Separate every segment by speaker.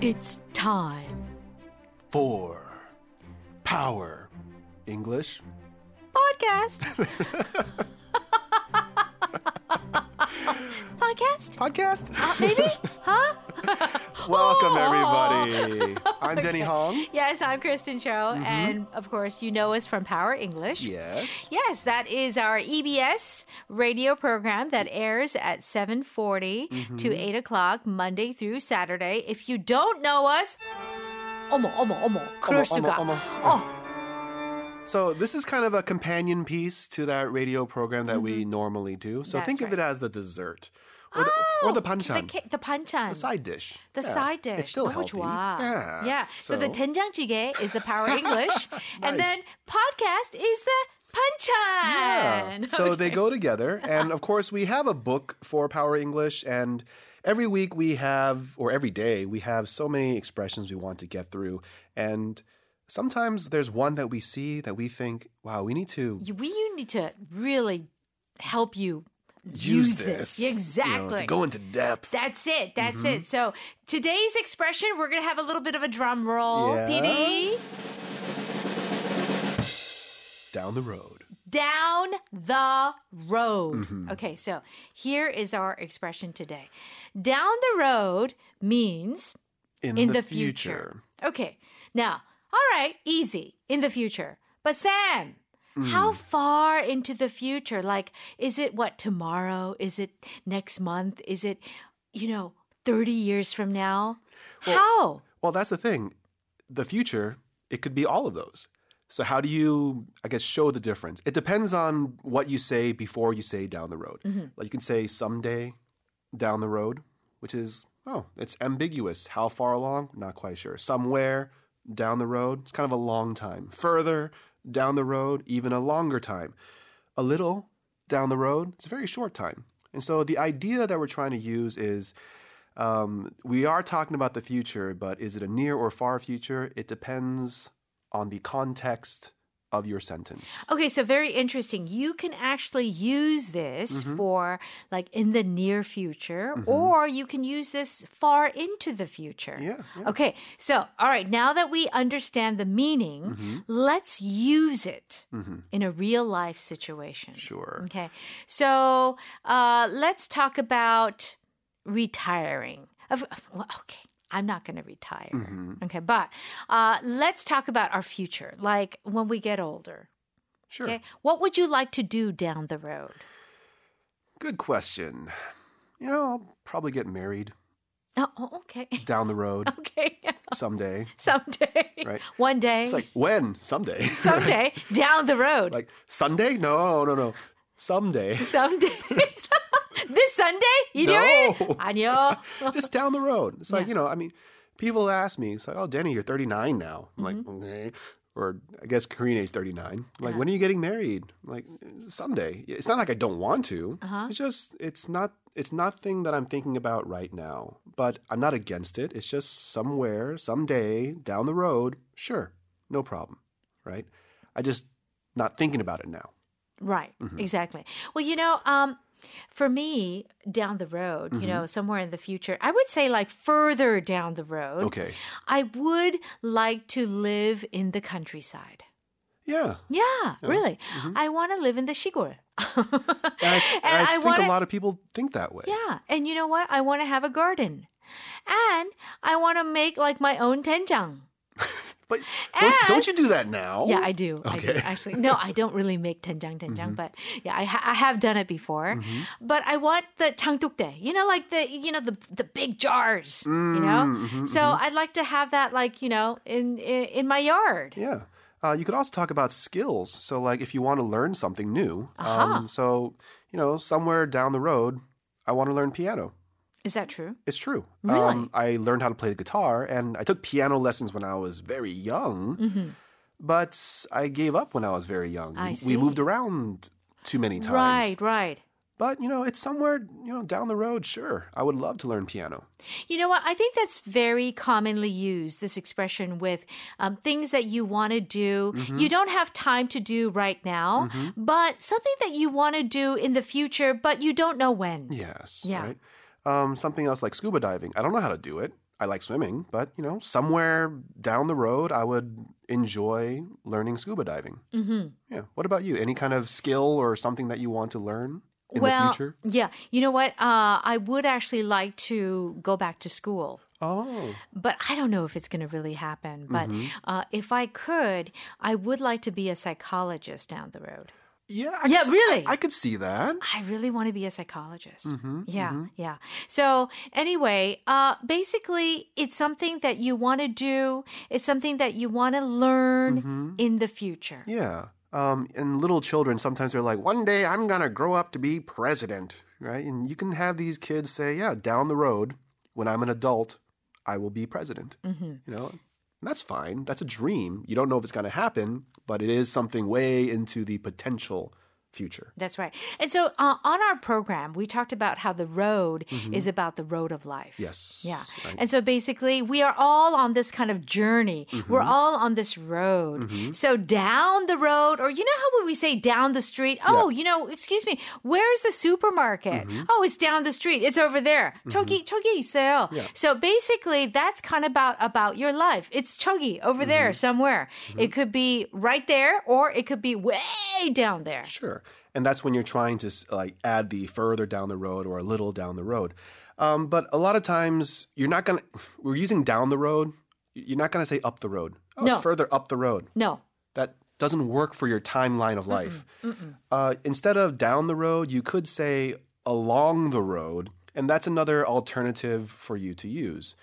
Speaker 1: It's time.
Speaker 2: for power. English?
Speaker 1: Podcast. Podcast? Uh,
Speaker 2: Podcast?
Speaker 1: Maybe? Huh?
Speaker 2: Welcome, everybody. I'm Denny Hong.
Speaker 1: Yes, I'm Kristen Cho.
Speaker 2: Mm-hmm.
Speaker 1: And of course, you know us from Power English.
Speaker 2: Yes.
Speaker 1: Yes, that is our EBS radio program that airs at 7.40
Speaker 2: Mm-hmm.
Speaker 1: to 8 o'clock Monday through Saturday. If you don't know us, 어머, 어머, 어머, 그럴
Speaker 2: 어머,
Speaker 1: 수가.
Speaker 2: 어머,
Speaker 1: 어,
Speaker 2: So, this is kind of a companion piece to that radio program that we normally do.
Speaker 1: Mm-hmm.
Speaker 2: So,
Speaker 1: That's
Speaker 2: think of
Speaker 1: right. Oh,
Speaker 2: it as the dessert or the, or the
Speaker 1: The,
Speaker 2: banchan,
Speaker 1: ca- the banchan.
Speaker 2: the side dish.
Speaker 1: The
Speaker 2: Yeah.
Speaker 1: side dish.
Speaker 2: It's still
Speaker 1: 너무
Speaker 2: healthy.
Speaker 1: 좋아.
Speaker 2: Yeah.
Speaker 1: yeah. So, the 된장찌개 is the power English, and
Speaker 2: Nice.
Speaker 1: then podcast is the
Speaker 2: Yeah.
Speaker 1: panchan.
Speaker 2: So they go together. And of course, we have a book for Power English. And every week we have, or every day, we have so many expressions we want to get through. And sometimes there's one that we see that we think, wow, we need to
Speaker 1: You- we need to really help you
Speaker 2: use this. you know,
Speaker 1: Exactly.
Speaker 2: to go into depth.
Speaker 1: That's it. That's
Speaker 2: Mm-hmm.
Speaker 1: it. So today's expression, we're going to have a little bit of a drum roll,
Speaker 2: Yeah.
Speaker 1: PD.
Speaker 2: down the road.
Speaker 1: Down the road.
Speaker 2: Mm-hmm.
Speaker 1: Okay, so here is our expression today. Down the road means
Speaker 2: In,
Speaker 1: in the, future. Okay, now, all right, easy. In the future. But Sam,
Speaker 2: Mm.
Speaker 1: how far into the future? Like, is it what, tomorrow? Is it next month? Is it, you know, 30 years from now? how?
Speaker 2: Well, that's the thing. The future, it could be all of those. So, how do you, I guess, show the difference? It depends on what you say before you say down the road. Like you can say someday down the road, which is, oh, it's ambiguous. How far along? Not quite sure. Somewhere down the road, it's kind of a long time. Further down the road, even a longer time. A little down the road, it's a very short time. And so, the idea that we're trying to use is um, we are talking about the future, but is it a near or far future? It depends on the context of your sentence.
Speaker 1: Okay, so very interesting. You can actually use this
Speaker 2: Mm-hmm.
Speaker 1: for like in the near future, or you can use this far into the future.
Speaker 2: Yeah,
Speaker 1: Okay, so all right, now that we understand the meaning,
Speaker 2: Mm-hmm.
Speaker 1: let's use it in a real life situation.
Speaker 2: Sure.
Speaker 1: Okay, so uh, let's talk about retiring. Of, well, okay, I'm not going to retire.
Speaker 2: Mm. Mm-hmm,
Speaker 1: Okay, but uh, let's talk about our future, like when we get older.
Speaker 2: Sure.
Speaker 1: Okay. What would you like to do down the road?
Speaker 2: Good question. You know, I'll probably get married
Speaker 1: Oh, oh, okay.
Speaker 2: down the road
Speaker 1: Okay.
Speaker 2: someday.
Speaker 1: Someday.
Speaker 2: Right.
Speaker 1: One day.
Speaker 2: It's like, when? Someday.
Speaker 1: someday. down the road.
Speaker 2: like, Sunday? No, no, no. Someday.
Speaker 1: someday. this Sunday? You do it?
Speaker 2: No.
Speaker 1: Anyo.
Speaker 2: Just down the road. It's like, you know, I mean, people ask me, it's like, oh, Denny, you're 39 now.
Speaker 1: Mm-hmm.
Speaker 2: I'm like, okay. Or I guess Karina's 39. I'm like, when are you getting married? I'm like, someday. It's not like I don't want to.
Speaker 1: Uh-huh.
Speaker 2: It's just, it's not, it's nothing that I'm thinking about right now, but I'm not against it. It's just somewhere, someday down the road. Sure. No problem. Right. I just not thinking about it now.
Speaker 1: Right.
Speaker 2: Mm-hmm.
Speaker 1: Exactly. Well, you know, um, for me, down the road, you
Speaker 2: Mm-hmm.
Speaker 1: know, somewhere in the future, I would say like further down the road,
Speaker 2: Okay.
Speaker 1: I would like to live in the countryside.
Speaker 2: Yeah.
Speaker 1: Yeah, really. I want to live in the Shigor.
Speaker 2: Oh, mm-hmm. And I, and I
Speaker 1: I
Speaker 2: think
Speaker 1: wanna-
Speaker 2: a lot of people think that way.
Speaker 1: Yeah. And you know what? I want to have a garden. And I want to make like my own tenjang.
Speaker 2: But don't,
Speaker 1: And-
Speaker 2: don't you do that now?
Speaker 1: Yeah, I do. I do
Speaker 2: Oh, Okay. Mm-hmm.
Speaker 1: actually. No, I don't really make tenjang tenjang, but yeah, I, ha- I have done it before. But I want the changdukdae, you know, like the you know the the big jars,
Speaker 2: Mm,
Speaker 1: you know.
Speaker 2: mm-hmm,
Speaker 1: so I'd like to have that, like you know, in in, in my yard.
Speaker 2: Yeah. Uh, you could also talk about skills. So, like, if you want to learn something new, um, so you know, somewhere down the road, I want to learn piano.
Speaker 1: Is that true?
Speaker 2: It's true.
Speaker 1: Really?
Speaker 2: Um, I learned how to play the guitar, and I took piano lessons when I was very young. But I gave up when I was very young.
Speaker 1: Mm-hmm. I
Speaker 2: We- We moved around too many times.
Speaker 1: Right, right.
Speaker 2: But, you know, it's somewhere, you know, down the road, sure. I would love to learn piano.
Speaker 1: You know what? I think that's very commonly used, this expression with um, things that you want to do.
Speaker 2: Mm-hmm.
Speaker 1: You don't have time to do right now, but something that you want to do in the future, but you don't know when.
Speaker 2: Yes.
Speaker 1: Yeah.
Speaker 2: Right? Um, something else like scuba diving. I don't know how to do it. I like swimming, but, you know, somewhere down the road, I would enjoy learning scuba diving. Mm-hmm. Yeah. What about you? Any kind of skill or something that you want to learn in the future?
Speaker 1: yeah. You know what? Uh, I would actually like to go back to school.
Speaker 2: Oh,
Speaker 1: but I don't know if it's going to really happen. But
Speaker 2: Mm-hmm.
Speaker 1: uh, if I could, I would like to be a psychologist down the road.
Speaker 2: yeah. I
Speaker 1: Yeah,
Speaker 2: could s- I-
Speaker 1: really.
Speaker 2: I could see that.
Speaker 1: I really want to be a psychologist.
Speaker 2: Mm-hmm,
Speaker 1: yeah, yeah. So anyway, uh, basically, it's something that you want to do. It's something that you want to learn in the future.
Speaker 2: Mm-hmm. Yeah. Um, and little children sometimes they're like, one day I'm going to grow up to be president, right? And you can have these kids say, yeah, down the road, when I'm an adult, I will be president. You know, and that's fine. That's a dream. You don't know if it's going to happen, but it is something way into the potential future.
Speaker 1: That's right. And so uh, on our program, we talked about how the road is about the road of life.
Speaker 2: Mm-hmm. Yes.
Speaker 1: Yeah.
Speaker 2: Right?
Speaker 1: And so basically, we are all on this kind of journey.
Speaker 2: Mm-hmm.
Speaker 1: We're all on this road. So down the road, or you know how when we say down the street, oh, you know, excuse me, where's the supermarket?
Speaker 2: Mm-hmm.
Speaker 1: Oh, it's down the street. It's over there. Togi, togi 있어요. So basically, that's kind of about about your life. It's chogi over
Speaker 2: Mm-hmm.
Speaker 1: there somewhere. It could be right there, or it could be way down there.
Speaker 2: Sure. And that's when you're trying to s- like add the further down the road or a little down the road. Um, but a lot of times you're not going to, we're using down the road. You're not going to say up the road. Oh,
Speaker 1: No.
Speaker 2: it's further up the road.
Speaker 1: No.
Speaker 2: That doesn't work for your timeline of life. Uh, instead of down the road, you could say along the road. And that's another alternative for you to use.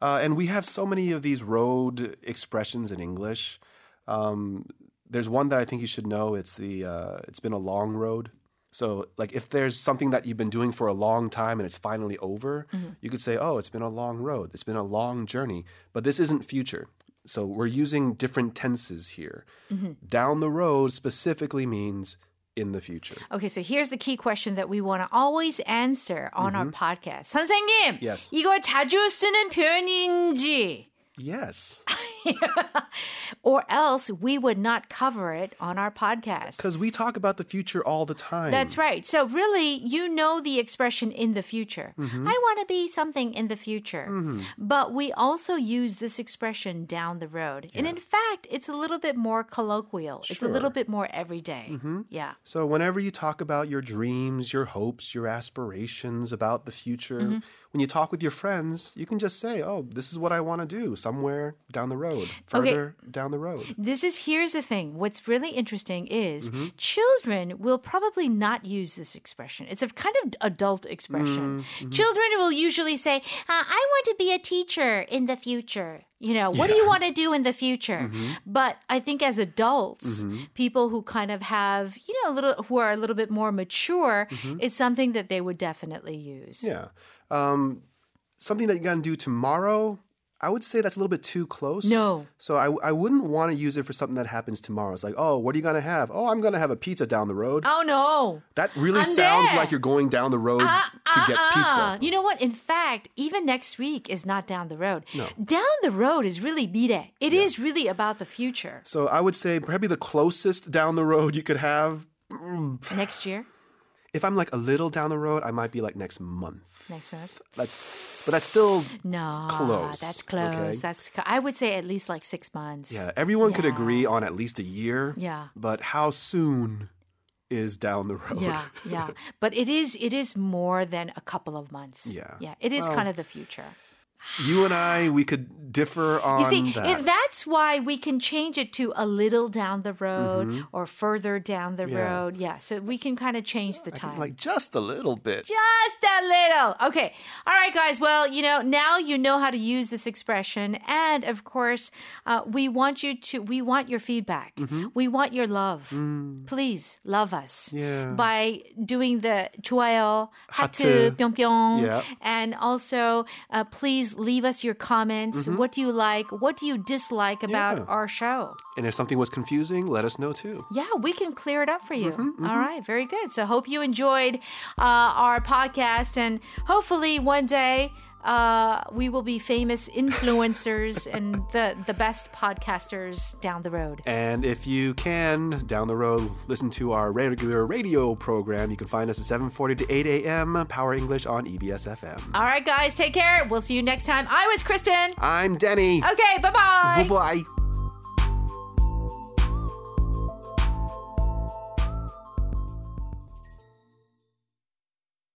Speaker 2: Uh, and we have so many of these road expressions in English. Um, there's one that I think you should know. It's the uh, it's been a long road. So like if there's something that you've been doing for a long time and it's finally over, you could say, "Oh, it's been a long road. It's been a long journey." But this isn't future. So we're using different tenses here. Down the road specifically means in the future.
Speaker 1: Okay, so here's the key question that we want to always answer on our podcast. 선생님,
Speaker 2: Yes.
Speaker 1: 이거 자주 쓰는 표현인지
Speaker 2: Yes.
Speaker 1: or else we would not cover it on our podcast.
Speaker 2: Cuz we talk about the future all the time.
Speaker 1: That's right. So really, you know the expression in the future. I want to be something in the future. But we also use this expression down the road. And in fact, it's a little bit more colloquial. It's a little bit more everyday. Yeah.
Speaker 2: So, whenever you talk about your dreams, your hopes, your aspirations about the future,
Speaker 1: Mm-hmm.
Speaker 2: when you talk with your friends, you can just say, Oh, this is what I want to do somewhere down the road,
Speaker 1: Okay.
Speaker 2: further down the road.
Speaker 1: This is here's the thing. What's really interesting is children will probably not use this expression. It's a kind of adult expression. Children will usually say, uh, "I want to be a teacher in the future." You know, what do you want to do in the future? But I think as adults, people who kind of have, you know, a little who are a little bit more mature, it's something that they would definitely use.
Speaker 2: Yeah. Um, something that you're going to do tomorrow, I would say that's a little bit too close.
Speaker 1: No.
Speaker 2: So, I, I wouldn't want to use it for something that happens tomorrow. It's like, Oh, what are you going to have? Oh, I'm going to have a pizza down the road.
Speaker 1: Oh no.
Speaker 2: that really
Speaker 1: 안 돼.
Speaker 2: sounds like you're going down the road to get
Speaker 1: Uh-uh.
Speaker 2: pizza.
Speaker 1: You know what? In fact, even next week is not down the road. Down the road is really 미래. It is really about the future.
Speaker 2: So, I would say probably the closest down the road you could have
Speaker 1: Next year,
Speaker 2: if I'm like a little down the road, I might be like next month.
Speaker 1: next month.
Speaker 2: That's but that's still
Speaker 1: No,
Speaker 2: Close,
Speaker 1: That's close.
Speaker 2: okay.
Speaker 1: That's. cl- I would say at least like six months.
Speaker 2: yeah, everyone could
Speaker 1: Yeah.
Speaker 2: agree on at least a year.
Speaker 1: Yeah.
Speaker 2: But how soon is down the road?
Speaker 1: Yeah, yeah. but it is it is more than a couple of months.
Speaker 2: Yeah.
Speaker 1: yeah. It is kind of the future.
Speaker 2: You and I we could differ on
Speaker 1: You see,
Speaker 2: that.
Speaker 1: and that's why we can change it to a little down the road or further down the
Speaker 2: Mm-hmm. Yeah.
Speaker 1: road. Yeah, so we can kind of change the time.
Speaker 2: like just a little bit.
Speaker 1: Just a little. Okay. All right, guys. Well, you know, now you know how to use this expression. And of course, uh, we want you to, we want your feedback.
Speaker 2: Mm-hmm.
Speaker 1: We want your love. Please love us
Speaker 2: Mm. Yeah.
Speaker 1: by doing the 좋아요, 하트,
Speaker 2: 하트.
Speaker 1: 뿅뿅.
Speaker 2: Yeah.
Speaker 1: And also, uh, please Please leave us your comments. What do you like? What do you dislike about
Speaker 2: Mm-hmm. Yeah.
Speaker 1: our show?
Speaker 2: And if something was confusing, let us know too.
Speaker 1: Yeah, we can clear it up for you. All right, very good. So, hope you enjoyed uh, our podcast, and hopefully, one day uh, we will be famous influencers and the the best podcasters down the road.
Speaker 2: And if you can, down the road, listen to our regular radio program. You can find us at 7:40 to 8 a.m. Power English on E EBS
Speaker 1: Uh,
Speaker 2: FM.
Speaker 1: All right, guys, take care. We'll see you next time. I was Kristen.
Speaker 2: I'm Denny.
Speaker 1: Okay, bye bye.
Speaker 2: Bye bye.